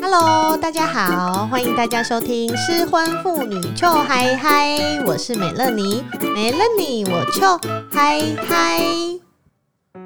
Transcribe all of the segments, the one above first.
Hello，大家好，欢迎大家收听《失婚妇女糗嗨嗨》，我是美乐妮，美乐妮我糗嗨嗨。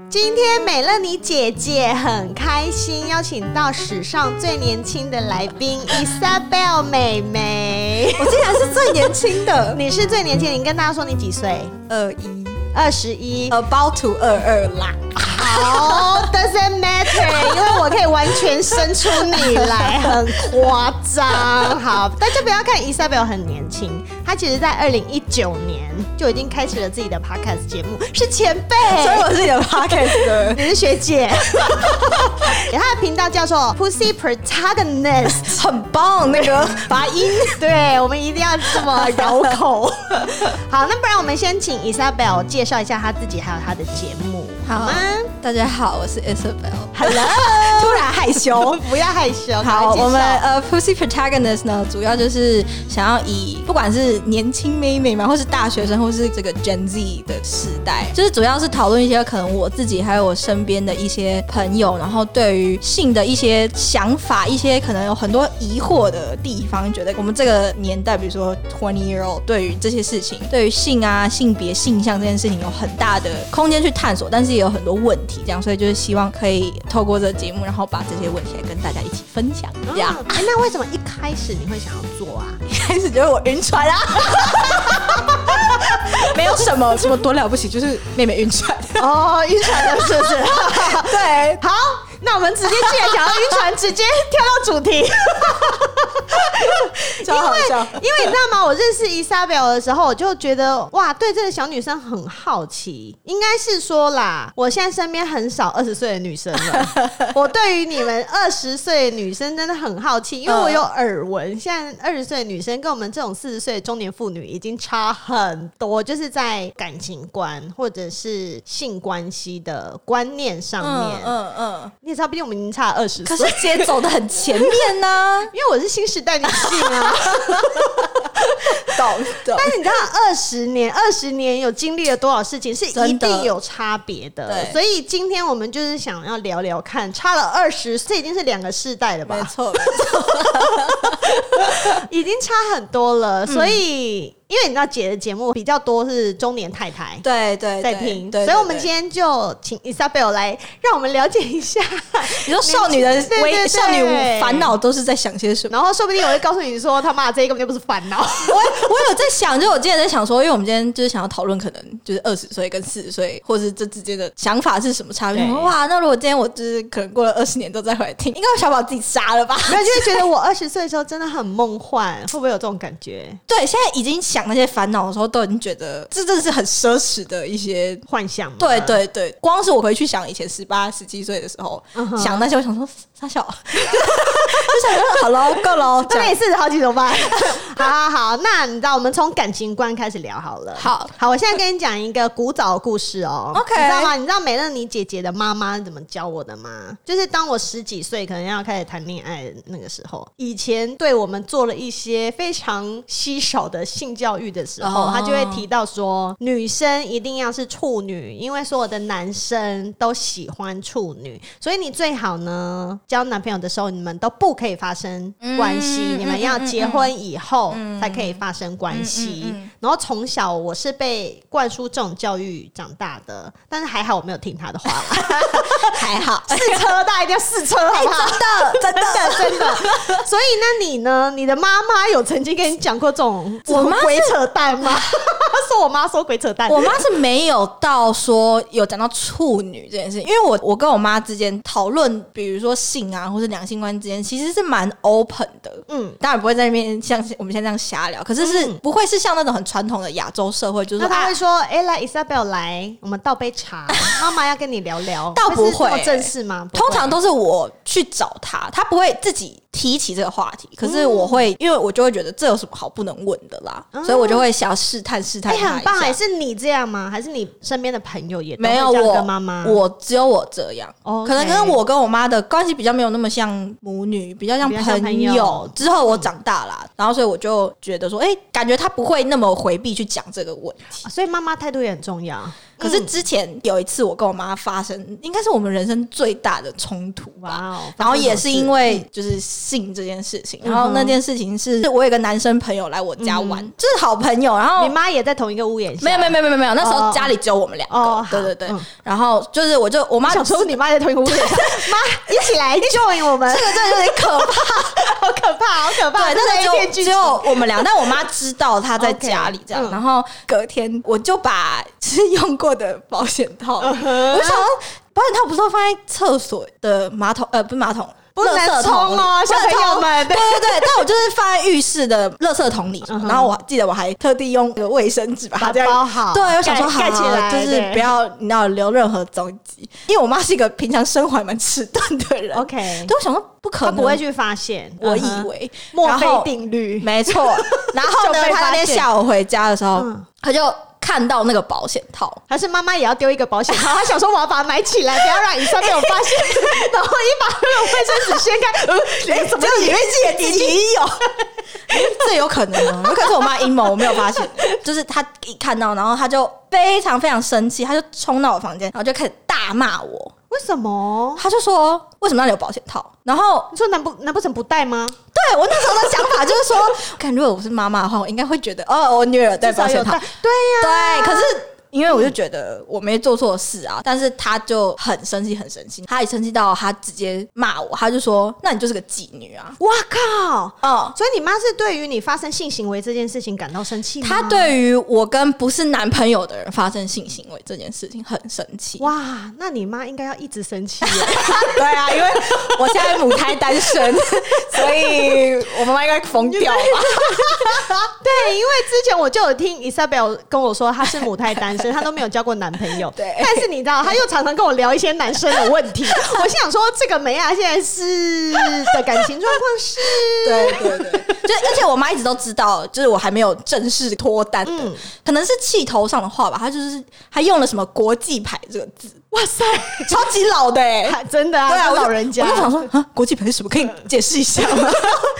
今天美乐妮姐姐很开心，邀请到史上最年轻的来宾 Isabel 妹妹。我竟然是最年轻的， 你是最年轻的，你跟大家说你几岁？二一二十一。 about to 二二啦。 好，doesn't 哦 matter，因为我可以完全生出你来，很夸张。好，大家不要看 Isabel 很年轻，她其实在二零一九年就已经开始了自己的 podcast 节目，是前辈。所以我是你的 podcast 的你是学姐， 她的频道叫做 Pussy Protagonist， 很棒那个发音，对我们一定要这么绕口。好，那不然我们先请 Isabel 介绍一下她自己，还有她的节目，好啊吗？大家好，我是 Isabel。 Hello，突然害羞 不要害羞。赶好，快介绍我们呃 Pussy Protagonist 呢，主要就是想要以不管是年轻妹妹嘛，或是大学生，或是这个 Gen Z 的世代，就是主要是讨论一些可能我自己还有我身边的一些朋友，然后对于性的一些想法，一些可能有很多疑惑的地方，觉得我们这个年代，比如说 twenty year old，对于这些事情，对于性啊、性别、性向这件事情有很大的空间去探索，但是也有很多问题，这样，所以就是希望可以透过这个节目，然后把这些问题来跟大家一起分享，这样。嗯哎那为什么一开始你会想要做啊？开始觉得我晕船啦、 没有什么什么多了不起，就是妹妹晕船。 哦，晕船了是不是？ 对，好，那我们直接既然讲到晕船，直接跳到主题。超好笑。 因为你知道吗？我认识伊莎贝尔的时候，我就觉得哇，对这个小女生很好奇。应该是说啦，我现在身边很少二十岁的女生 了。我对于你们二十岁的女生真的很好奇，因为我有嗯耳闻，现在二十岁的女生跟我们这种四十岁的中年妇女已经差很多，就是在感情观或者是性关系的观念上面。嗯嗯，你也知道，毕竟我们已经差二十可岁是。姐走的很前面呢、因为我是新时代女性啊， 懂懂 但是你知道，二十年，二十年有经历了多少事情，是一真的定有差别的。对所以今天我们就是想要聊聊看，差了二十，这已经是两个世代了没吧，错，已经差很多了。嗯所以，因为你知道，姐的节目比较多是中年太太。对对在听，对，所以我们今天就请 Isabel 来，让我们了解一下， 你说少女的对对对危少女烦恼都是在想些什么？然后说不定我会告诉你说，他妈的这根本就不是烦恼， 我 我有在想，就我今天在想说，因为我们今天就是想要讨论，可能就是二十岁跟四十岁，或者是这之间的想法是什么差别对。哇，那如果今天我就是可能过了二十年之后再回来听，应该我想把我自己杀了吧？没有，就会觉得我二十岁的时候真的很梦幻，会不会有这种感觉？对，现在已经想那些烦恼的时候，都已经觉得这真的是很奢侈的一些。幻想吗对对对，光是我回去想以前十八、十七岁的时候、嗯哼想那些，我想说傻小，就想说好喽，够喽，这这样边也四十好几怎么办？ 好好好，那你知道我们从感情观开始聊好了。好好，我现在跟你讲一个古早的故事 哦。 OK 你知道吗？你知道美乐妮姐姐的妈妈怎么教我的吗？就是当我十几岁，可能要开始谈恋爱的那个时候，以前对我们做了一些非常稀少的性教育的时候，哦她就会提到说，女生一定要是处女，因为所有的男生都喜欢处女，所以你最好呢，交男朋友的时候，你们都不可以发生关系，嗯你们嗯要嗯结嗯婚。婚以后才可以发生关系。嗯嗯嗯然后从小我是被灌输这种教育长大的，但是还好我没有听他的话 啦。还 好。试车，大家一定要试车，好不好？哎真的，真的，真的，所以那你呢？你的妈妈有曾经跟你讲过这种这种我妈是鬼扯淡吗？是我妈说鬼扯淡，我妈是没有到说有讲到处女这件事，因为我我跟我妈之间讨论，比如说性啊，或是两性观之间，其实是蛮 open 的。嗯。当然不会在那边像我们现在这样瞎聊，可是是嗯不会是像那种很传统的亚洲社会，就是那说她啊会，说：“哎、来，Isabel 来，我们倒杯茶，妈妈要跟你聊聊。”倒不是这么会正式吗？不会通常都是我去找她，她不会自己提起这个话题。可是我会，因为我就会觉得这有什么好不能问的啦，嗯所以我就会想要试探试探哎、她一下。很棒哎、是你这样吗？还是你身边的朋友也都没有会这样我跟妈妈？我只有我这样。 OK 可能跟我跟我妈的关系比较没有那么像母女，比较像比较像朋朋友友。之后我长大啦，然后所以我就觉得说，哎、感觉她不会那么回避去讲这个问题。所以妈妈态度也很重要。可是之前有一次我跟我妈发生，应该是我们人生最大的冲突吧。哇哦！然后也是因为嗯就是性这件事情，嗯哼嗯然后那件事情是我有个男生朋友来我家玩，就是好朋友，然后你妈也在同一个屋檐下，没有没有没有没有没有，那时哦候哦家里只有我们两个，哦好对对对，嗯然后就是我就我 妈想说你妈也在同一个屋檐 下，妈一起来 join 我们这，个真的有点可怕， 好可怕，好可 怕！对，这是但 A 是片就剧只情有我们俩，但我妈知道她在 OK，家里这样嗯然后隔天我就把就是用过的保险 套，嗯哼我就想说保险套不是都放在厕所的马桶呃不是马桶。不能垃圾桶啊冲哦里小朋友们对对对，但我就是放在浴室的垃圾桶里嗯哼然后我记得我还特地用那个卫生纸把把它它包好对，我想说好，盖啊盖起来就是对不要你知道留任何踪迹，因为我妈是一个平常生活还蛮迟钝的人 OK 对，我想说不可她能，啊不会去发现，嗯我嗯以哼为，墨然菲后定律，没错。然后 就呢，被他发那天现下午回家的时候，嗯他就看到那个保险套，还是妈妈也要丢一个保险 套？她想说我要把它埋起来，不要让以上被我发现， 然后一把那个卫生纸掀开，呃， 哎，怎么里面自己也有，这有 可能哦，有可能是我妈阴谋，我没有发现。就是他一看到，然后他就非常非常生气，他就冲到我房间，然后就开始大骂我，为什么？他就说为什么要留保险套？然后你说难不难不成不带吗？对我那时候的想法就是说， 看如果我是妈妈的话，我应该会觉得哦，我女儿戴至保少险有套带，，对呀，对，可是。因为我就觉得我没做错事啊，但是他就很生气，很生气，他也生气到他直接骂我，他就说：“那你就是个妓女啊我靠！！”哦，所以你妈是对于你发生性行为这件事情感到生气吗？他对于我跟不是男朋友的人发生性行为这件事情很生气。哇，那你妈应该要一直生气耶。 对啊，因为我现在母胎单 身，所以我妈妈应该疯掉吧？对，因为之前我就有听 Isabel 跟我说，她是母胎单身，她都没有交过男朋友。 对但是你知道，她又常常跟我聊一些男生的问 题。我心想说，这个梅亚现在是的感情状况是，对对对， 就而且我妈一直都知道，就是我还没有正式脱单的，嗯可能是气头上的话吧，她就是还用了什么“国际牌”这个字。哇塞，超级老的、欸。她真的啊，对啊，她我就老人家我就想说啊，国际牌是什么？可以解释一下吗？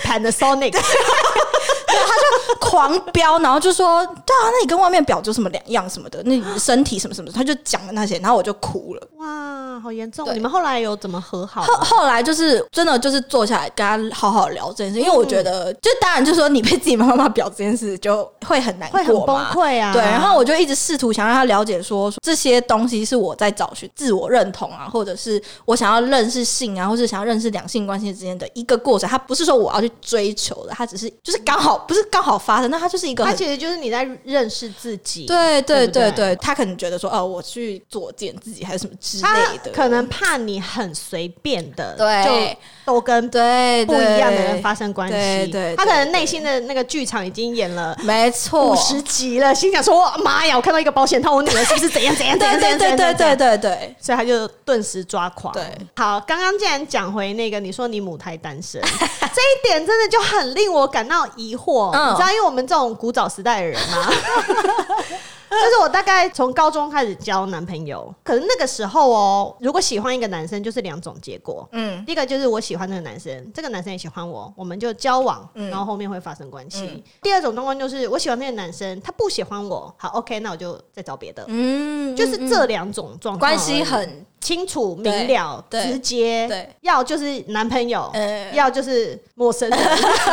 ，Panasonic， 狂飙，然后就说，对啊，那你跟外面表就什么两样什么的，那你身体什么什么的，他就讲了那些，然后我就哭了。哇，好严重！对你们后来有怎么和好后吗？后来就是真的就是坐下来跟他好好聊这件事，因为我觉得，就当然就是说你被自己妈妈表这件事就会很难过会嘛，很崩溃啊！对，然后我就一直试图想让他了解说，说这些东西是我在找寻自我认同啊，或者是我想要认识性啊，或者想要认识两性关系之间的一个过程。它不是说我要去追求的，它只是就是刚好不是刚好发生，那它就是一个她很。其实就是你在认识自己。对对对不对对对，他可能觉得说，哦，我去左见自己还是什么之她类的，可能怕你很随便的，对就都跟对不一样的人发生关系。对对他可能对内心的那个剧场已经演了 没错，五十集了，心想说：“哇妈呀，我看到一个保险套，我女儿是不是怎样怎样对怎样怎对样对怎对样？”对对对，所以他就顿时抓狂。对，好，刚刚既然讲回那个，你说你母胎单身 这一点，真的就很令我感到疑惑。嗯你知道，因为我们这种古早时代的人嘛、 就是我大概从高中开始交男朋友，可是那个时候哦，如果喜欢一个男生，就是两种结果。嗯，第一个就是我喜欢这个男生，这个男生也喜欢我，我们就交往，嗯然后后面会发生关系。第二种状况就是我喜欢那个男生，他不喜欢我，好 OK，那我就再找别的。嗯，就是嗯这两种状况而已，关系很清楚明了、对对直接，对要就是男朋友，呃要就是陌生人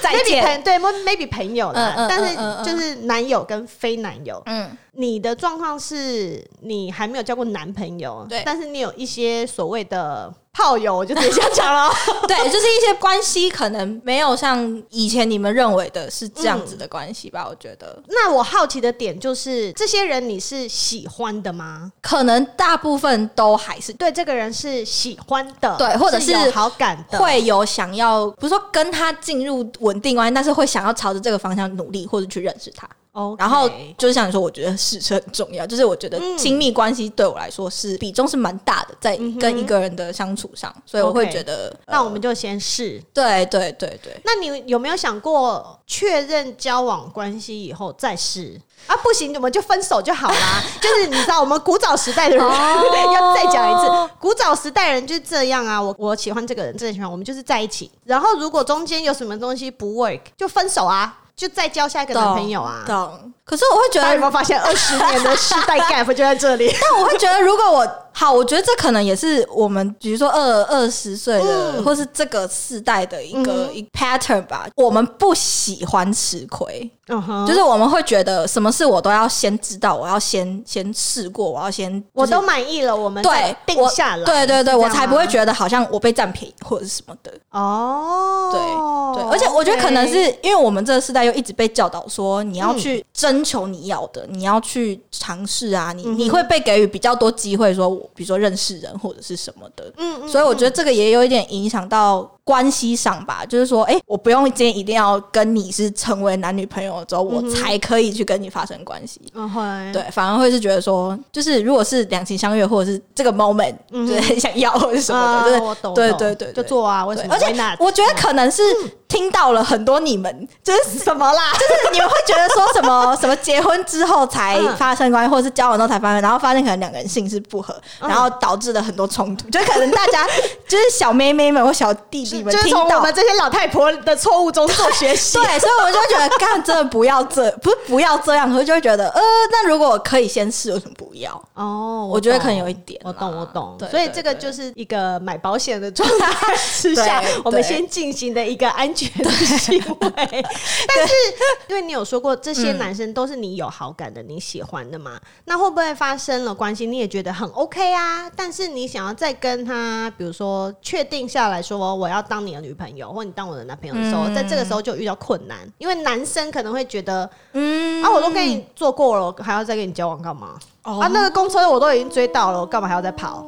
再，maybe 见，朋对，mo-，maybe 朋友啦，嗯嗯嗯但是嗯嗯就是男友跟非男友。嗯。你的状况是你还没有交过男朋友，对但是你有一些所谓的炮友，我就直接这样讲 了。对，就是一些关系可能没有像以前你们认为的是这样子的关系吧。我觉得那我好奇的点就是，这些人你是喜欢的吗？可能大部分都还是对这个人是喜欢的，对或者是是有好感的，会有想要，不是说跟他进入稳定关系，但是会想要朝着这个方向努力或者去认识他。 OK。然后就是像你说，我觉得试车很重要，就是我觉得嗯亲密关系对我来说是比重是蛮大的，在嗯哼跟一个人的相处上，所以我会 OK 觉得，那呃我们就先试。对对对对，那你有没有想过确认交往关系以后再试啊？不行，我们就分手就好 啦。就是你知道，我们古早时代的人、哦要再讲一次，古早时代人就是这样啊。我我喜欢这个人，这个人喜欢我们就是在一起。然后如果中间有什么东西不 work，就分手啊，就再交下一个男朋友啊。懂。可是我会觉大家有没得，有发现二十年的世代 gap 就在这 里？但我会觉得，如果我好，我觉得这可能也是我们，比如说二二十岁的，嗯或是这个世代的一个、一 pattern 吧。我们不喜欢吃亏，嗯哼，就是我们会觉得什么事我都要先知道，我要先先试过，我要先、我就是都满意了，我们对再定我下来。对对对，是这我样才不会吗觉得好像我被占便宜或者什么的。哦，对对，而且我觉得可能是因为我们这个时代又一直被教导说你嗯要去征求你要的，你要去尝试啊，嗯你、你会被给予比较多机会说，比如说认识人或者是什么的。嗯嗯所以我觉得这个也有一点影响到关系上吧，就是说，哎、我不用今天一定要跟你是成为男女朋友之后，我才可以去跟你发生关系。嗯会对，反而会是觉得说，就是如果是两情相悦，或者是这个 moment 就是很想要或者什么嗯啊的，就是我懂，对懂对对就对做啊，为对什么？而且 Why not？嗯我觉得可能是听到了很多你们， 就是什么啦？就是你们会觉得说什 么什么结婚之后才嗯发生关系，或者是交往之后才发生，然后发现可能两个人性是不合，嗯然后导致了很多冲突。就可能大家就是小妹妹们或小弟弟们就是听从我到。们这些老太婆的错误中做学习。 对，所以我就觉得，干真的不要这，不是不要这样，可是就会觉得，呃，那如果我可以先试，为什么不要？哦，我觉得可能懂有一点我啦懂，我懂对。所以对这个对就是一个买保险的状态之下对，我们对先进行的一个安全的行为。但是，因为你有说过这些男生都是你有好感的、你喜欢的嘛，那会不会发生了关系，你也觉得很 OK 啊？但是你想要再跟他，比如说确定下来说我要当你的女朋友，或你当我的男朋友的时嗯候，在这个时候就遇到困难，因为男生可能会觉得嗯啊，我都跟你做过了，还要再跟你交往干嘛？哦啊，那个公车我都已经追到了，我干嘛还要再跑？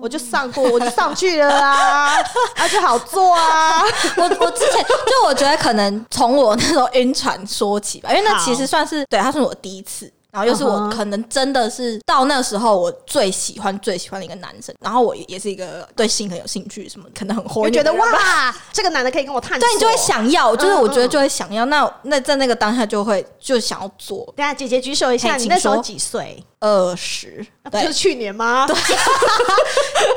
我就上过，我就上去了 啊，啊就好做啊。我我之前就我觉得可能从我那时候晕船说起吧，因为那其实算是对，它是我第一次。然后又是我嗯哼可能真的是到那时候我最喜欢最喜欢的一个男生，然后我也是一个对性很有兴趣，什么可能很活我跃，觉得，哇，这个男的可以跟我探索，对你就会。想要，就是嗯我觉得嗯就会想要。那那在那个当下就会就想要做等一下姐姐举手一下，嘿你请那时候说几岁？二十，啊不对就是去年吗？对，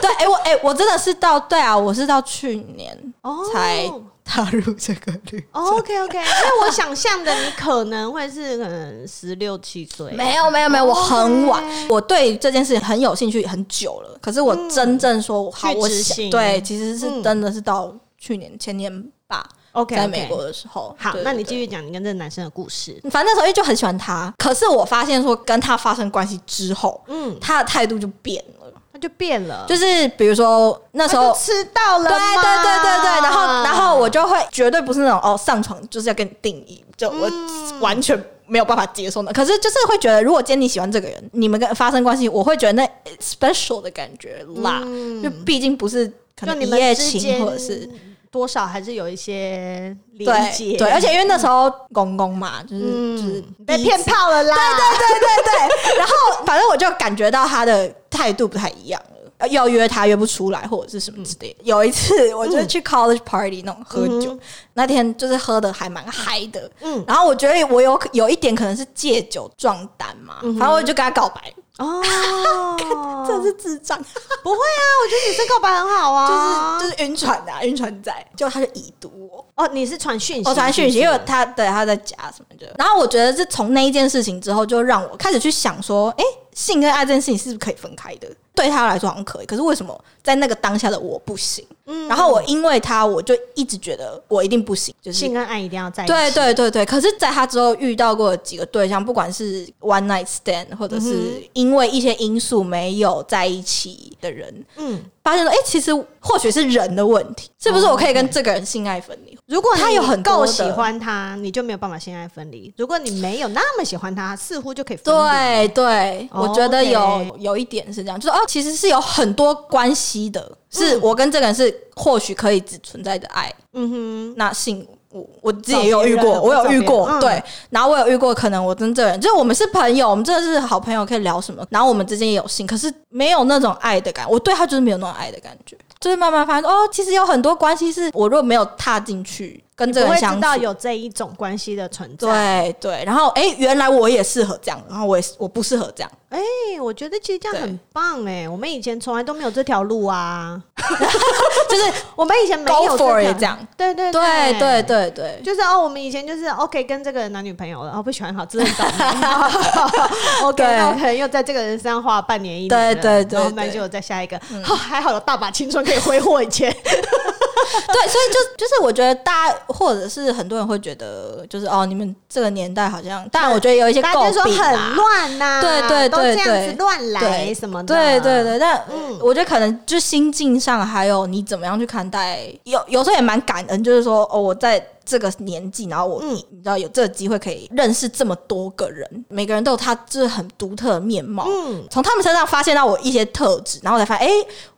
对，哎、我哎、我真的是到对啊，我是到去年哦才踏入这个旅， OK OK，因为我想象的你可能会是可能十六七岁，没有没有没有，我很晚 OK，我对这件事情很有兴趣很久了。可是我真正说好，去我执想行对，其实是嗯真的是到去年前年吧， OK，在美国。的时候。好，对那你继。对续讲你跟这个男生的故事。对反正那时候因为就很喜欢他，可是我发现说跟他发生关系之后，嗯，他的态度就变了，他就变了，就是比如说那时候他就。吃到了对嘛，对对对对，然后然后我就会绝对不是那种哦上床就是要跟你定义，就我嗯完全没有办法接受的。可是就是会觉得，如果今天你喜欢这个人，你们跟发生关系，我会觉得那 special 的感觉啦，就毕竟不是可嗯就能你一们夜之情间或者是。多少还是有一些连接，对对，而且因为那时候公公嘛，就是、就是嗯，被骗炮了啦，对对对对，然后反正我就感觉到他的态度不太一样了，呃要约他约不出来或者是什么之类的。嗯有一次，我就是去 college party 那种喝酒，那天就是喝的还蛮嗨的，嗯嗯，然后我觉得我有有一点可能是借酒壮胆嘛，反正我就跟他告白，哦， 这是智障，不会啊，我觉得女生告白很好啊，就是就是晕船的、啊、晕船仔，就他就已读我。哦，你是传讯息，我传讯息，是因不为是他对他在家什么的。然后我觉得是从那一件事情之后，就让我开始去想说，哎、性跟爱这件事情是不是可以分开的？对他来说好像可以，可是为什么在那个当下的我不行？嗯然后我因为他，我就一直觉得我一定不行，就是性跟爱一定要在一起，对对对对，可是在他之后遇到过几个对象，不管是 one night stand，或者是因为一些因素没有在一起的人，嗯，发现说，哎、其实或许是人的问题，是不是我可以跟这个人性爱分离？如果他有很多够的喜欢他，你就没有办法性爱分离；如果你没有那么喜欢他，似乎就可以分离。对对，哦我觉得有、 OK 有一点是这样，就是哦，其实是有很多关系的，是我跟这个人是或许可以只存在的爱，嗯那性。我我自己也有遇找别过，人我有遇找过，别人嗯对，然后我有遇过，可能我跟这个人，就是我们是朋友，我们真的是好朋友，可以聊什么，然后我们之间也有性，可是没有那种爱的感，我对他就是没有那种爱的感觉，哼，就是慢慢发现哦，其实有很多关系是我如果没有踏进去跟你这不个会人相知道处。有这一种关系的存在。对对，然后哎、原来我也适合这样，然后我也是我不适合这样，哎、我觉得其实这样很棒哎、我们以前从来都没有这条路 啊，就是我们以前没 go 有 for 条 it 这样。对对对对对对对，就是哦，我们以前就是 OK 跟这个人男女朋友了，哦不喜欢好，真的倒霉。OK， 对那我可能又在这个人身上花了半年一年了，对对对然后那对嗯就有再下一个。哦，还好有大把青春可以挥霍以 前。对，所以就就是我觉得大家或者是很多人会觉得，就是哦，你们这个年代好像，当然我觉得有一些大家诟就说病啦很乱呐、对对对都这样对子乱来对什么的，啊对对对，但嗯我觉得可能就心境上，还有你怎么样去看待，有有时候也蛮感恩，就是说哦，我在这个年纪，然后我、嗯你知道有这个机会可以认识这么多个人，每个人都有他就是很独特的面貌，嗯，从他们身上发现到我一些特质，然后我才发现哎。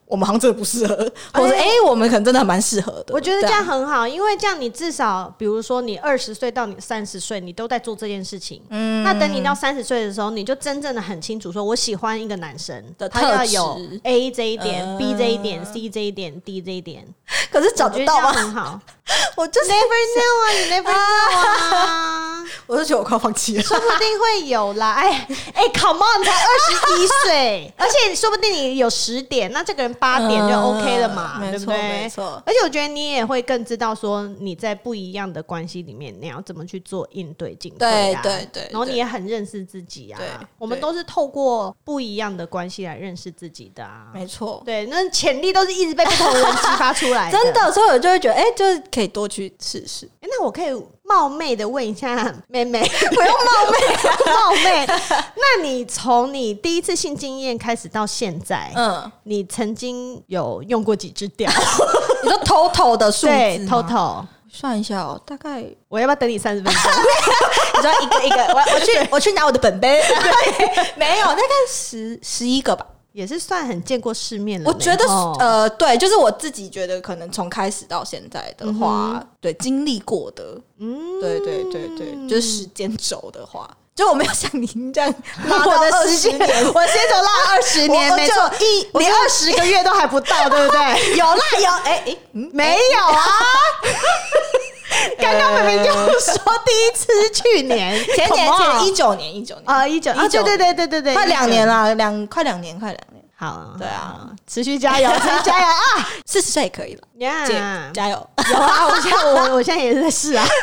我们好像真的不适合，或者是哎哎、我们可能真的蛮适合的。我觉得对这啊样很好，因为这样你至少，比如说你二十岁到你三十岁，你都在做这件事情。嗯，那等你到三十岁的时候，你就真正的很清楚，说我喜欢一个男生的他特要质有 A 这一点、嗯 b 这一点、C 这一点、D 这一点，可是找我觉得得这到样吗？很好。 我就是 Never know 啊，你 Never know 啊，我就觉得我快放弃了。说不定会有啦。哎哎，Come on，才二十一 岁，而且说不定你有十点，那这个人八点就嗯 OK 了嘛，没对不错没对？错。而且我觉得你也会更知道说你在不一样的关系里面，你要怎么去做应对进退、啊、对对对然后你对也很认识自己啊对。我们对都是透过不一样的关系来认识自己的啊。没错，对，那潜力都是一直被不同的人激发出来 真的、的，所以我就会觉得，哎、就是可以多去试试。诶那我可以冒昧的问一下妹妹， 不用冒昧。冒昧，那你从你第一次性经验开始到现在，嗯，你曾经有用过几支 屌？你说 total 的数对字，吗，total。算一下哦，大概你我要不要等你三十分 钟？知道一个一个，我 我去我去拿我的本杯， 没有，大概十十一个吧。也是算很见过世面了呢。我觉得、哦呃，对，就是我自己觉得，可能从开始到现在的话，对经历过的，嗯，对对对对，就是时间轴的话，就我没有像您这样拉我到的二时十间，年，我先从拉二十年，我没错我，就一我就连二十个月都还不 到，对不对？有啦 有，哎、哎、嗯没有啊，刚刚明明就说第一次去 年，前年 Come 前 on 一九年一九年，啊一九啊， 19对对对对对对，快两年了，了，两快两年，快两年，好，对啊，持续加油，持续加油 啊！四十岁也可以了，姐、呀，加油！有啊，我现在我我现在也是在试啊。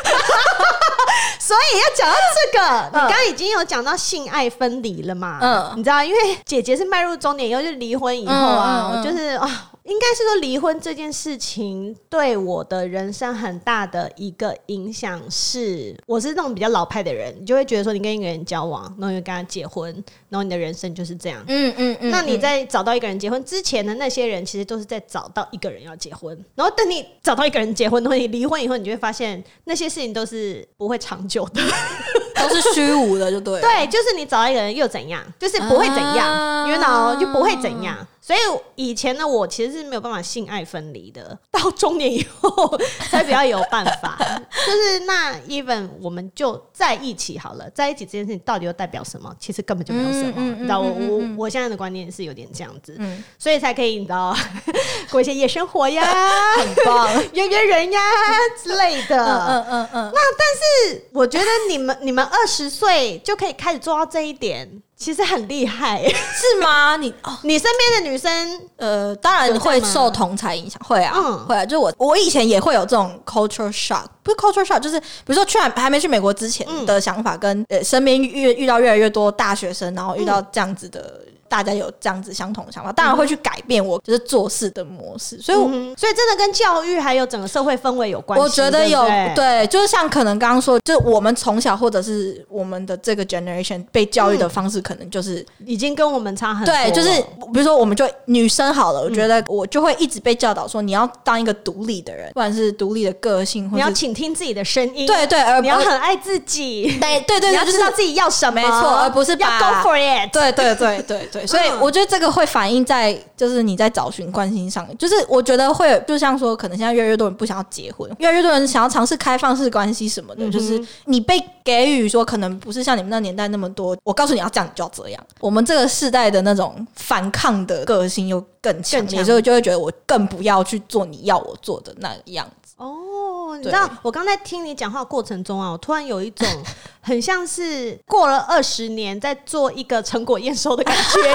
所以要讲到这个，你刚刚已经有讲到性爱分离了嘛？嗯嗯，你知道，因为姐姐是迈入中年以后，就是离婚以后啊，嗯嗯嗯我就是啊。应该是说，离婚这件事情对我的人生很大的一个影响是，我是那种比较老派的人，你就会觉得说，你跟一个人交往，然后你就跟他结婚，然后你的人生就是这样。嗯嗯嗯那你在找到一个人结婚之前的那些人，其实都是在找到一个人要结婚。然后等你找到一个人结婚，然后你离婚以后，你就会发现那些事情都是不会长久的。都是虚无的，就对了，对，就是你找到一个人又怎样，就是不会怎啊样，你 you know 就不会怎样。所以以前呢，我其实是没有办法性爱分离的，到中年以后才比较有办 法。就是那 even 我们就在一起好了，在一起这件事情到底又代表什么？其实根本就没有什么。嗯嗯嗯你知道我嗯嗯我我现在的观念是有点这样子，嗯所以才可以你知 道过一些夜生活呀、很棒， 约约人呀之类的。嗯嗯嗯，那但是我觉得你们你们二十岁就可以开始做到这一点，其实很厉害。 是吗？你哦。你身边的女生，呃，当然会有这样吗受同才影响，会啊，嗯会啊。就我，我以前也会有这种 culture shock，不是 culture shock，就是比如说去还还没去美国之前嗯的想法跟，呃身边遇遇到越来越多大学生，然后遇到这样子的。大家有这样子相同的想法，当然会去改变我就是做事的模式，所以我嗯所以真的跟教育还有整个社会氛围有关系。我觉得对不有对，对，就是像可能刚刚说，就是我们从小或者是我们的这个 generation 被教育嗯的方式，可能就是、已经跟我们差很多了。对，就是比如说我们就女生好了，我觉得我就会一直被教导说，你要当一个独立的人，不管是独立的个性，或你要者倾听自己的声音，，对对，而你要而很爱自己，对对对，你要就是呃知道自己要什么， 没错而不是要把 go for it。对对对对对对，所以嗯我觉得这个会反映在就是你在找寻关心上，就是我觉得会有就像说，可能现在越来越多人不想要结婚，越来越多人想要尝试开放式关系什么嗯的，就是你被给予说，可能不是像你们那年代那么多，我告诉你要这样，你就要这样。我们这个世代的那种反抗的个性又更强更烈，强所以就会觉得我更不要去做你要我做的那样子。哦，你知对道我刚在听你讲话的过程中啊，我突然有一 种很像是过了二十年在做一个成果验收的感觉耶。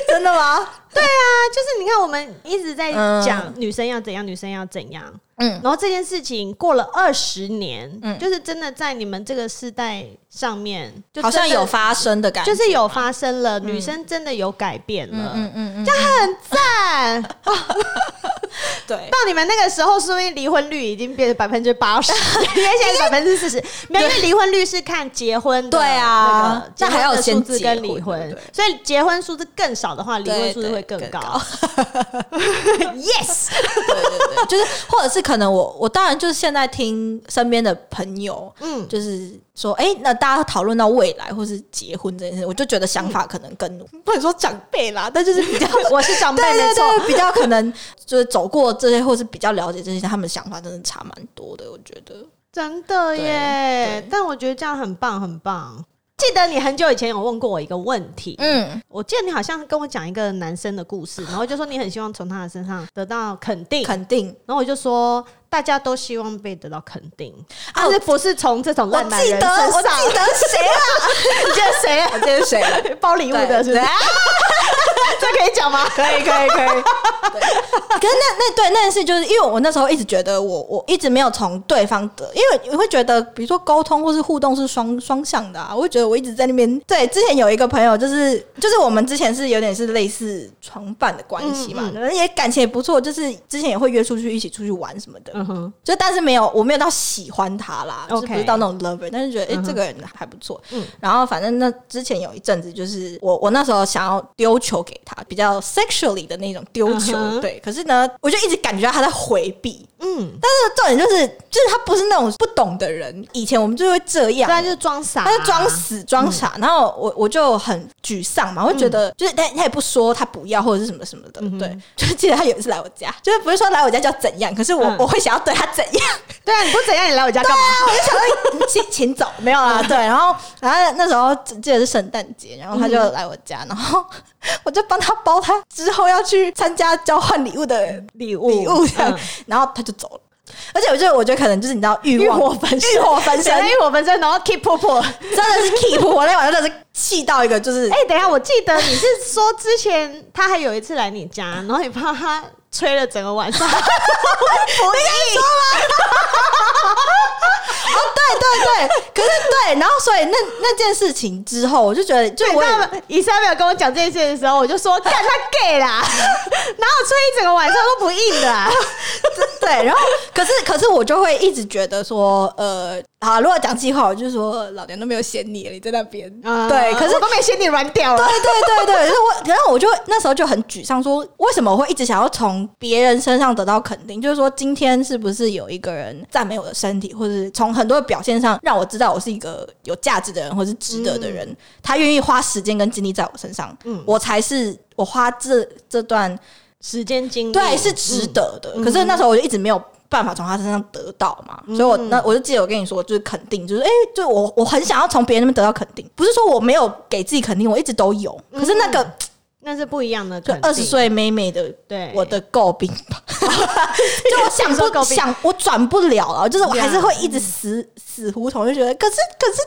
真的 吗？啊就是你看我们一直在嗯讲女生要怎样，女生要怎样，嗯，然后这件事情过了二十年，嗯就是真的在你们这个世代上面，就好像真的有发生的感觉，就是有发生了，女生真的有改变了，嗯嗯嗯，赞！对。 到你们那个时候，说不定离婚率已经变成百分之八 十，因为现在百分之四十。没有，因为离婚率是看结婚的对啊那那还要个结先婚的数字跟结婚离对婚不对，所以结婚数字更少的话，离婚对数字对会更更高高。 yes，对对对，就是或者是可能我我当然就是现在听身边的朋友，嗯嗯，就是说，哎、那大家讨论到未来或是结婚这件事，我就觉得想法可能更、不能说长辈啦，但就是比较 我是长辈，对没对错。对，比较可能就是走过这些，或是比较了解这些，他们的想法真的差蛮多的，我觉得。真的耶对！但我觉得这样很棒，很棒。记得你很久以前有问过我一个问题，嗯，我记得你好像跟我讲一个男生的故事，然后就说你很希望从他的身上得到肯定，肯定然后我就说大家都希望被得到肯定，啊但是不是从这种我烂男记人身得，上？我记得谁啊？你记得谁 啊？这是谁？包礼物的是不对是？ 这可以讲吗？可以，可以，可以。可是那那对那件事，就是因为我那时候一直觉得我我一直没有从对方得，因为你会觉得，比如说沟通或是互动是双双向的啊，我会觉得我一直在那边。对，之前有一个朋友，就是 就是我们之前是有点是类似床伴的关系嘛，嗯可能也感情也不错，就是之前也会约出去一起出去玩什么的，嗯哼，就但是没有，我没有到喜欢他啦就是 OK 嗯不是到那种 lover，但是觉得哎、诶这个人还不错。然后反正那之前有一阵子，就是我我那时候想要丢球给他，比较 sexually 的那种丢球嗯哼对。可是呢，我就一直感觉到他在回避。嗯，但是重点就是，就是他不是那种不懂的人，以前我们就会这样不。啊然就是装傻，他就装。死装傻，嗯然后我我就很沮丧嘛，我就觉得、就是他他也不说他不要或者是什么什么嗯的，对，就记得他有一次来我家，就是不是说来我家就要怎样，可是我、嗯我会想要对他怎样，对啊，你不怎样，你来我家干嘛？我就想说请 请走，没有啦，对。然后然后那时候只记得是圣诞节，然后他就来我家，然后 我就帮他包他之后要去参加交换礼物的礼物礼物这样，嗯然后他就走了。而且我觉得，我觉得可能就是你知道欲望欲火焚身哎欲火焚身想，因为我们真的然后 keep 婆婆。真的是 keep 我那晚上真的是气到一个就是，哎、等一下，我记得你是说之前他还有一次来你家，然后你帮他吹了整个晚上，不意说吗？ 哦，对对对，可是对，然后所以那那件事情之后，我就觉得，就对，你我知也道吗？以莎没有跟我讲这件事的时候，我就说干他 gay 啦，然后吹一整个晚上都不硬的、啊。对，然后可是可是我就会一直觉得说，呃，好，如果讲计划，我就说老娘都没有嫌你，你在那边， 对，可是啊我。都没心你软掉了。对对对对，就是我，然后我就那时候就很沮丧，说为什么我会一直想要从别人身上得到肯定？就是说，今天是不是有一个人赞美我的身体，或者是从很多的表现上让我知道我是一个有价值的人，或是值得的人，他愿意花时间跟精力在我身上，嗯我才是我花这这段时间精力嗯对，是值得的。可是那时候我就一直没有办法从他身上得到嘛，所以我嗯那我就记得我跟你说，就是肯定，就是哎、就我我很想要从别人那边得到肯定，不是说我没有给自己肯定，我一直都有。可是那个、那是不一样的嗯就肯定。二十岁妹妹的对我的诟病 吧，就我想说诟不病想我转不了了，就是我 Yeah 还是会一直死死胡同，就觉得可是可是。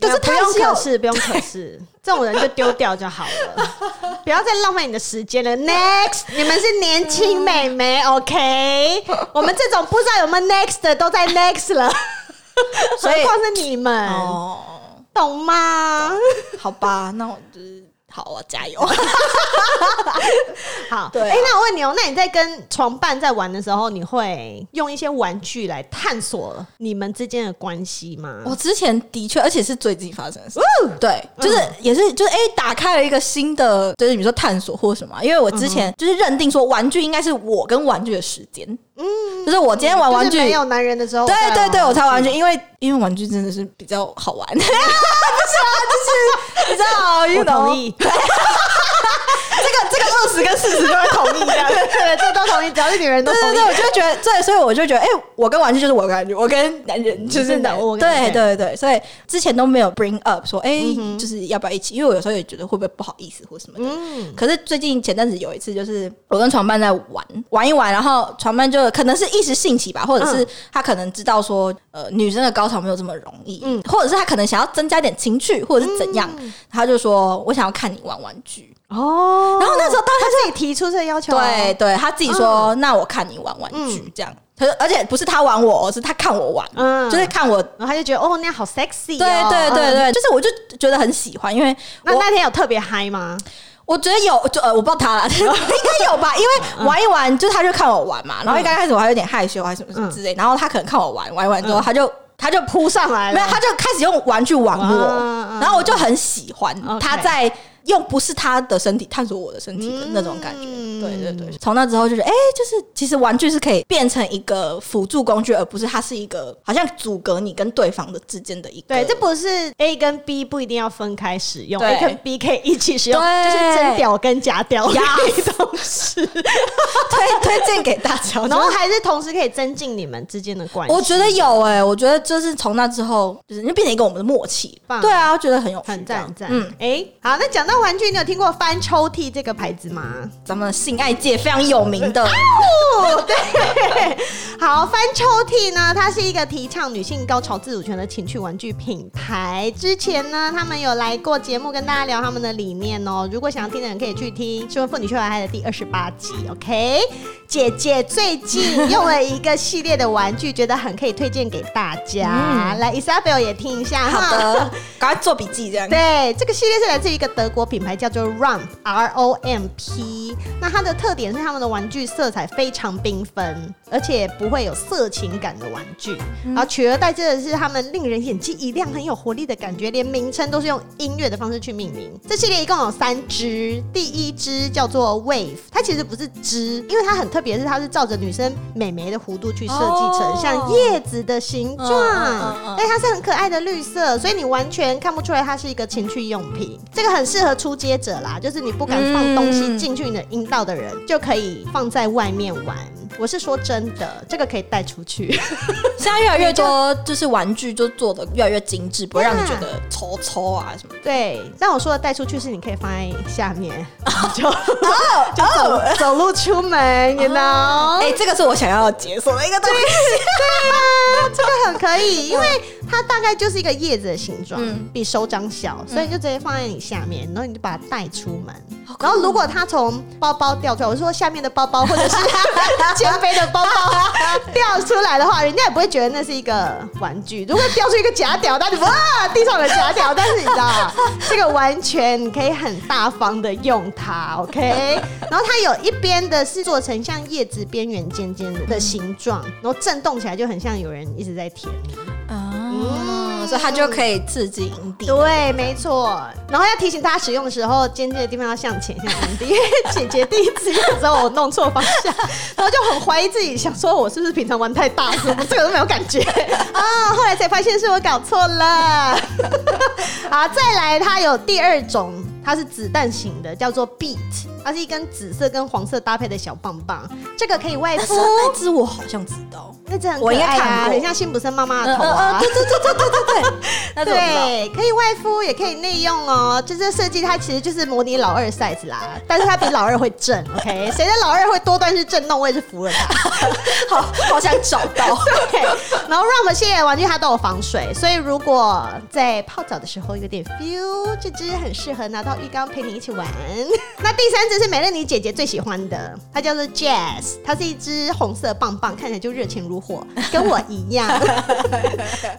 可是啊不他用是有可是，不用可是，这种人就丢掉就好 了，不要再浪费你的时间了。Next，你们是年轻美眉，OK？我 们这种不知道有没有 next 的都在 next 了，所以何况是你们，哦，懂吗？好吧，那我就是好，我加油。好，对啊哎、那我问你哦，那你在跟床伴在玩的时候，你会用一些玩具来探索你们之间的关系吗？我之前的确，而且是最近发生的事。对，嗯就是也是就是哎、打开了一个新嗯的，就是比如说探索或什么啊。因为我之前就是认定说玩具应该是我跟玩具的时间，嗯，就是我今天玩玩具，就是没有男人的时候，对我才对玩对，我才玩玩具，因为因为玩具真的是比较好玩， 不是啊，就是你知道，you 我 know，同 意，这个这个二十跟四十你都会同意这样，对，这都同意，只要是女人都对同对意对，。我就觉得对，所以我就觉得，哎、我跟玩具就是我跟玩具，我跟男人就是真的男我跟男对人对对，所以之前都没有 bring up 说，哎、就是要不要一起？因为我有时候也觉得会不会不好意思或什么的。嗯，可是最近前阵子有一次，就是我跟床伴在玩玩一玩，然后床伴就可能是一时兴起吧，或者是他可能知道说，呃，女生的高潮没有这么容易，嗯或者是他可能想要增加点情趣，或者是怎样，他就说我想要看你玩玩具。哦，然后那时候当他自己提出这个要求，哦对，对，他自己说，那我看你玩玩具这样。可是而且不是他玩我，是他看我玩，嗯就是看我。然后他就觉得哦，那样好 sexy，哦对对对嗯对，就是我就觉得很喜欢，因为那我那天有特别嗨吗？我觉得有，就呃，我不知道他啦， 应该有吧，因为玩一玩，就是他就看我玩嘛，然后一刚开始我还有点害羞，还是什么什么之类，然后他可能看我玩，玩一玩之后，他就他就扑扑上来没有，了，他就开始用玩具玩哇我，然后我就很喜欢 OK 他在用不是他的身体探索我的身体的那种感觉。嗯对对对，从那之后就是，哎、就是其实玩具是可以变成一个辅助工具，而不是它是一个好像阻隔你跟对方的之间的一个。对，这不是 A 跟 B 不一定要分开使用对，A 跟 B 可以一起使用，对就是真屌跟假屌呀都 是，推推荐给大家。然后还是同时可以增进你们之间的关系。我觉得有哎、我觉得就是从那之后，就是就变成一个我们的默契棒。对啊，觉得很有趣很这样赞很赞，嗯嗯，，哎、好，那讲到玩具，你有听过翻抽屉这个牌子吗？咱们性爱界非常有名的，哦，对，好，翻抽屉呢，它是一个提倡女性高潮自主权的情趣玩具品牌。之前呢，他们有来过节目跟大家聊他们的理念哦。如果想要听的人可以去听《新闻妇女秀来嗨》的第二十八 集，OK？姐姐最近用了一个系列的玩具，觉得很可以推荐给大家。来，Isabel 也听一下哈。嗯好的，赶快做笔记这样。对，这个系列是来自于一个德国品牌，叫做 Romp R O M P。那它的特点是他们的玩具色彩非常缤纷，而且不会有色情感的玩具。嗯然后取而代之的是他们令人眼睛一亮、很有活力的感觉，连名称都是用音乐的方式去命名。这系列一共有三只，第一只叫做 Wave，它其实不是只，因为它很特别，是它是照着女生美眉的弧度去设计成哦像叶子的形状，嗯嗯嗯嗯而且哎它是很可爱的绿色，所以你完全看不出来它是一个情趣用品。这个很适合初阶者啦，就是你不敢放东西嗯进去你的阴道的人，就可以放在外面玩。我是说真的，这个可以带出去。 现在越来越多就是玩具就做的越来越精致，不会让你觉得抽抽啊什么的。对，但我说的带出去是你可以放在下面， 就就走走路出门，you know。哎、这个是我想要解锁的一个东西。对啊，这个很可以，因为它大概就是一个叶子的形状，嗯比手掌小，所以你就直接放在你下面，然后你就把它带出门。酷然后如果它从包包掉出来，我是说下面的包包或 者是肩背的包包掉出来的话，人家也不会觉得那是一个玩具。如果掉出一个假屌，那你哇地上的假屌，但是你知道这个完全你可以很大方的用它，OK。然后 它有一边的是做成像叶子边缘尖尖的的形状，然后震动起来就很像有人一直在舔你。嗯，所以它就可以刺激阴蒂。对，没错。然后要提醒大家使用的时候，尖尖的地方要向前，向前。因为姐姐第一次用的时候，我弄错方向，然后就很怀疑自己，想说我是不是平常玩太大，怎么这个都没有感 觉啊、后来才发现是我搞错了。啊，再来，它有第二种，它是子弹型的，叫做 beat，它是一根紫色跟黄色搭配的小棒棒，这个可以外但是敷。那只 我好像知道。那真的很可爱啊我应该看过嗯很像辛普森妈妈的头啊。对对对对对对，那只我知道。对，可以外敷，也可以内用哦。就这设计，它其实就是模拟老二 size 啦，但是它比老二会震。OK，谁的老二会多段式震动，我也是服了他。好好想找到。对，然后 Rum 系列玩具它都有防水，所以如果在泡澡的时候有点 feel，这只很适合拿到浴缸陪你一起玩。那第三只是美乐妮姐姐最喜欢的，它叫做 Jazz，它是一只红色棒棒，看起来就热情如火，跟我一样。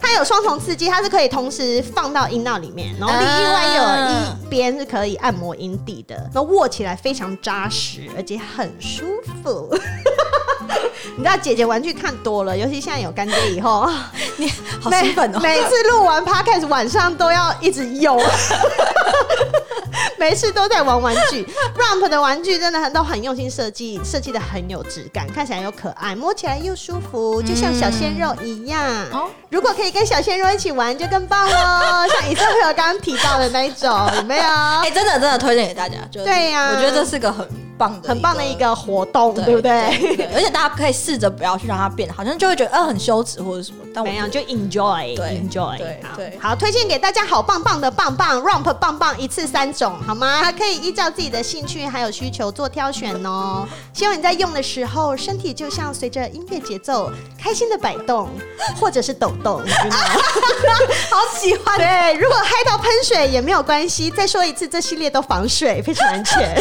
它有双重刺激，它是可以同时放到阴道里面，然后另外有一边是可以按摩阴蒂的，然后握起来非常扎实，而且很舒服。 你知道姐姐玩具看多了，尤其现在有干爹以后，你好兴奋哦！ 每每次录完 podcast 晚上都要一直用，没事都在玩玩具。Rump 的玩具真的很都很用心设计，设计的很有质感，看起来又可爱，摸起来又舒嗯服，就像小鲜肉一样。哦如果可以跟小鲜肉一起玩，就更棒 喽！像以色朋友刚刚提到的那一种，有没有？哎、真的真的推荐给大家，就是哦对呀我觉得这是个很棒的、很棒的一。个活动，对不对？对，而且大家可以试着不要去让它变，好像就会觉得呃很羞耻或者什么。但我没有，觉得就 enjoy 对 enjoy 对好对好推荐给大家好棒棒的棒棒 rump 棒棒一次三种好吗？可以依照自己的兴趣还有需求做挑选哦。希望你在用的时候，身体就像随着音乐节奏开心的摆动，或者是抖 动，you know 好喜欢。对，如果嗨到喷水也没有关系。再说一次，这系列都防水，非常安 全。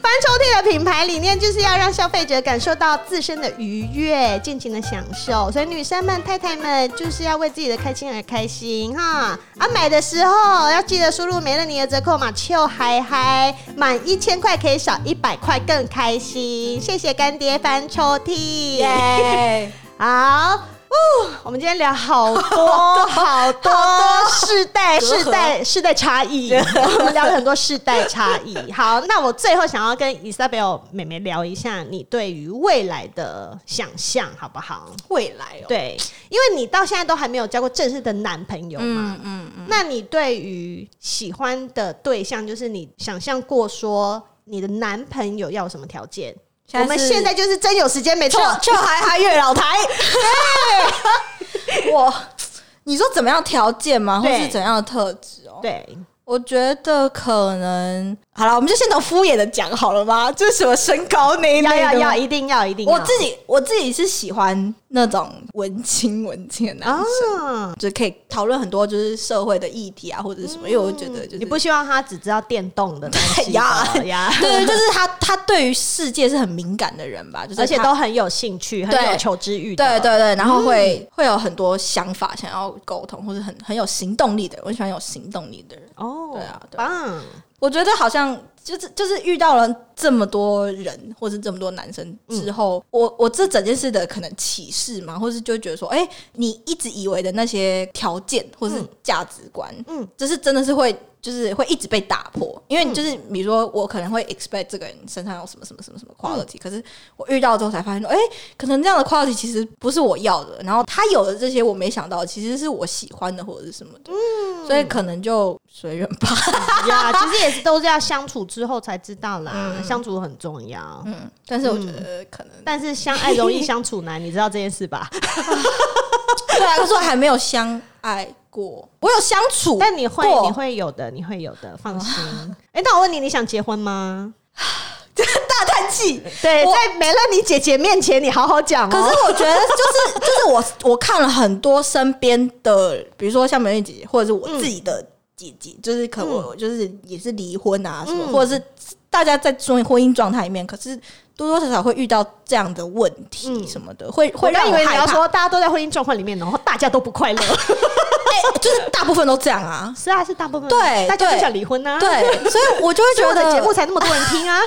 翻抽屉的品牌理念就是要让消费者感受到自身的愉悦，尽情的享受。所以女生们、太太们就是要为自己的开心而开心哈！啊，买的时候要记得输入梅乐妮的折扣码“秋嗨嗨”，满一千块可以少一百块，更开心。谢谢干爹翻抽屉。耶！好，哦，我们今天聊好 多好多世代隔阂世代世代差 异，我们聊了很多世代差异。好，那我最后想要跟伊莎贝尔妹妹聊一下你对于未来的想象，好不好？未来哦，对，因为你到现在都还没有交过正式的男朋友嘛， 嗯嗯嗯，那你对于喜欢的对象，就是你想象过说你的男朋友要有什么条件？现在我们是现在就是真有时间，没就错，就还还月老台。 我，你说怎么样条件吗？或对是怎样的特质哦？对。我觉得可能好了，我们就先从敷衍的讲好了吗？就是什么身高那一要类要的吗要，一定要一定要。啊我自己我自己是喜欢那种文青文青的男生，啊，就是可以讨论很多就是社会的议题啊，或者是什么。因为我觉得就是嗯你不希望他只知道电动的东西 呀吧呀， 对，就是他他对于世界是很敏感的人吧，就是而且他都很有兴趣，很对有求知欲对的。对对，然后会、会有很多想法想要沟通，或者很很有行动力的人。我喜欢有行动力的人。哦，对啊对棒，我觉得好像就是就是遇到了这么多人，或是这么多男生之后，我我这整件事的可能启示嘛，或是就觉得说，哎、你一直以为的那些条件或是价值观，嗯嗯，就是真的是会。就是会一直被打破，因为你就是比如说，我可能会 expect 这个人身上有什么什么什么什么 quality，、可是我遇到之后才发现说，哎、可能这样的 quality 其实不是我要的，然后他有的这些我没想到，其实是我喜欢的或者是什么的，所以可能就随缘吧。呀，其实也是都是要相处之后才知道啦，相处很重要。嗯，但是我觉得可能、但是相爱容易相处难，你知道这件事吧？对啊，可是我还没有相爱过， 我有相处，但你会，过你会有的，你会有的，放 心。哎，那我问你，你想结婚吗？大叹气。对，我在梅乐妮姐姐面前，你好好讲可哦。是我觉 得就是就是我我看了很多身边的，比如说像美丽姐姐，或者是我自己嗯的姐姐，就是可能我就是也是离婚啊什么，嗯或者是大家在中婚姻状态里面，可是多多少少会遇到这样的问题什么的，会嗯会我让刚以我为你害要怕。说大家都在婚姻状况里面，然后大家都不快乐。哎就是大部分都这 样啊，是啊，是大部分对大家都对想离婚啊。，对，所以我就所会以觉我得的节目才那么多人听啊。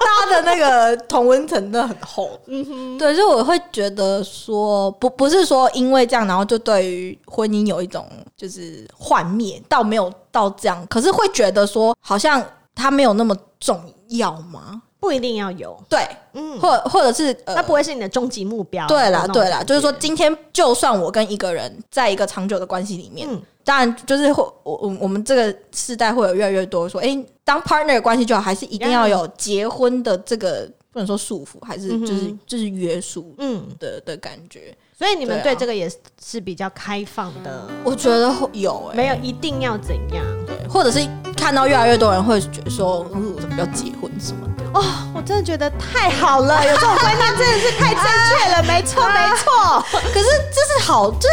他的那个同温层真的很厚，嗯哼，对，所以我会觉得说，不不是说因为这样，然后就对于婚姻有一种就是幻灭，倒没有到这样，可是会觉得说，好像他没有那么重要吗？不一定要有，对，嗯，或或者是呃那，不会是你的终极目标。对那啦，种对啦，感就是说，觉嗯今天就算我跟一个人在一个长久的关系里面，嗯当然就是会，我我我们这个世代会有越来越多说，哎、当 partner 的关系就好，还是一定要有结婚的这个不能说束缚，还是嗯哼就是、就是约束嗯，的的感觉。所以你们对对啊嗯这个也是是比较开放的，我觉得会有哎、没有一定要怎样。对或者是看到越来越多人会觉得说，嗯，我怎么要结婚什么的，哦我真的觉得太好了，有这种观念真的是太正确 了，没错没错。 可是这是好，这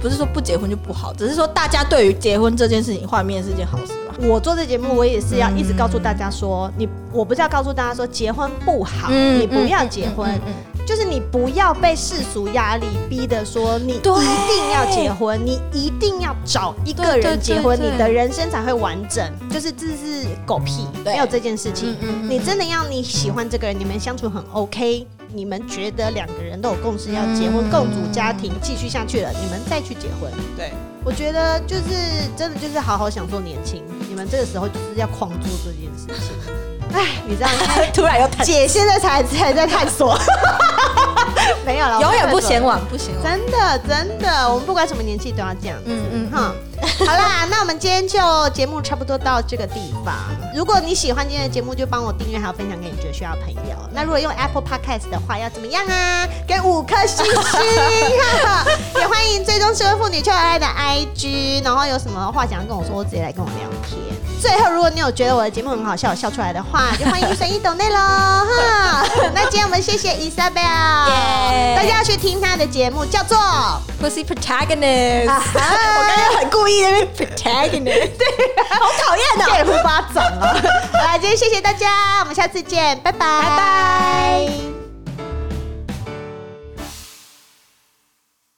不是说不结婚就不好，只是说大家对于结婚这件事情幻灭是件好事吧。我做这节目，我也是要一直告诉大家说，你我不是要告诉大家说结婚不好，嗯你不要结婚嗯嗯嗯，就是你不要被世俗压力逼的说你一对定要结婚，你一定要找一个对对人结婚，对对你的人生才会完整。就是这是狗屁，对没有这件事情嗯嗯。嗯你真的要你喜欢这个人，你们相处很 OK，你们觉得两个人都有共识要结婚，嗯共组家庭继续下去了，你们再去结婚。对，我觉得就是真的就是好好享受年轻，你们这个时候就是要狂做这件事情。 哎，你这样看 突然又谈，姐现在才才在探 索，没有了，永远不行。嫌晚，不嫌晚。真的真的，我们不管什么年纪都要这样。嗯嗯哈，好啦， 那我们今天就节目差不多到这个地方。如果你喜欢今天的节目，就帮我订阅还有分享给你觉得需要的朋友。那如果用 Apple Podcast 的话，要怎么样啊？给五颗星星，哈哈 也欢迎追踪失婚妇女俏爱的 IG，然后有什么话想要跟我说，直接来跟我聊天。最后，如果你有觉得我的节目很好笑，有笑出来的话，就欢迎随意抖内喽 哈。那今天我们谢谢 Isabel，耶大家要去听她的节目，叫做。 Pussy protagonist，、哈我刚 刚很故意在那边 protagonist，对，好讨厌哦。 给不巴掌啊！好啦，今天谢谢大家，我们下次见，拜拜，拜拜。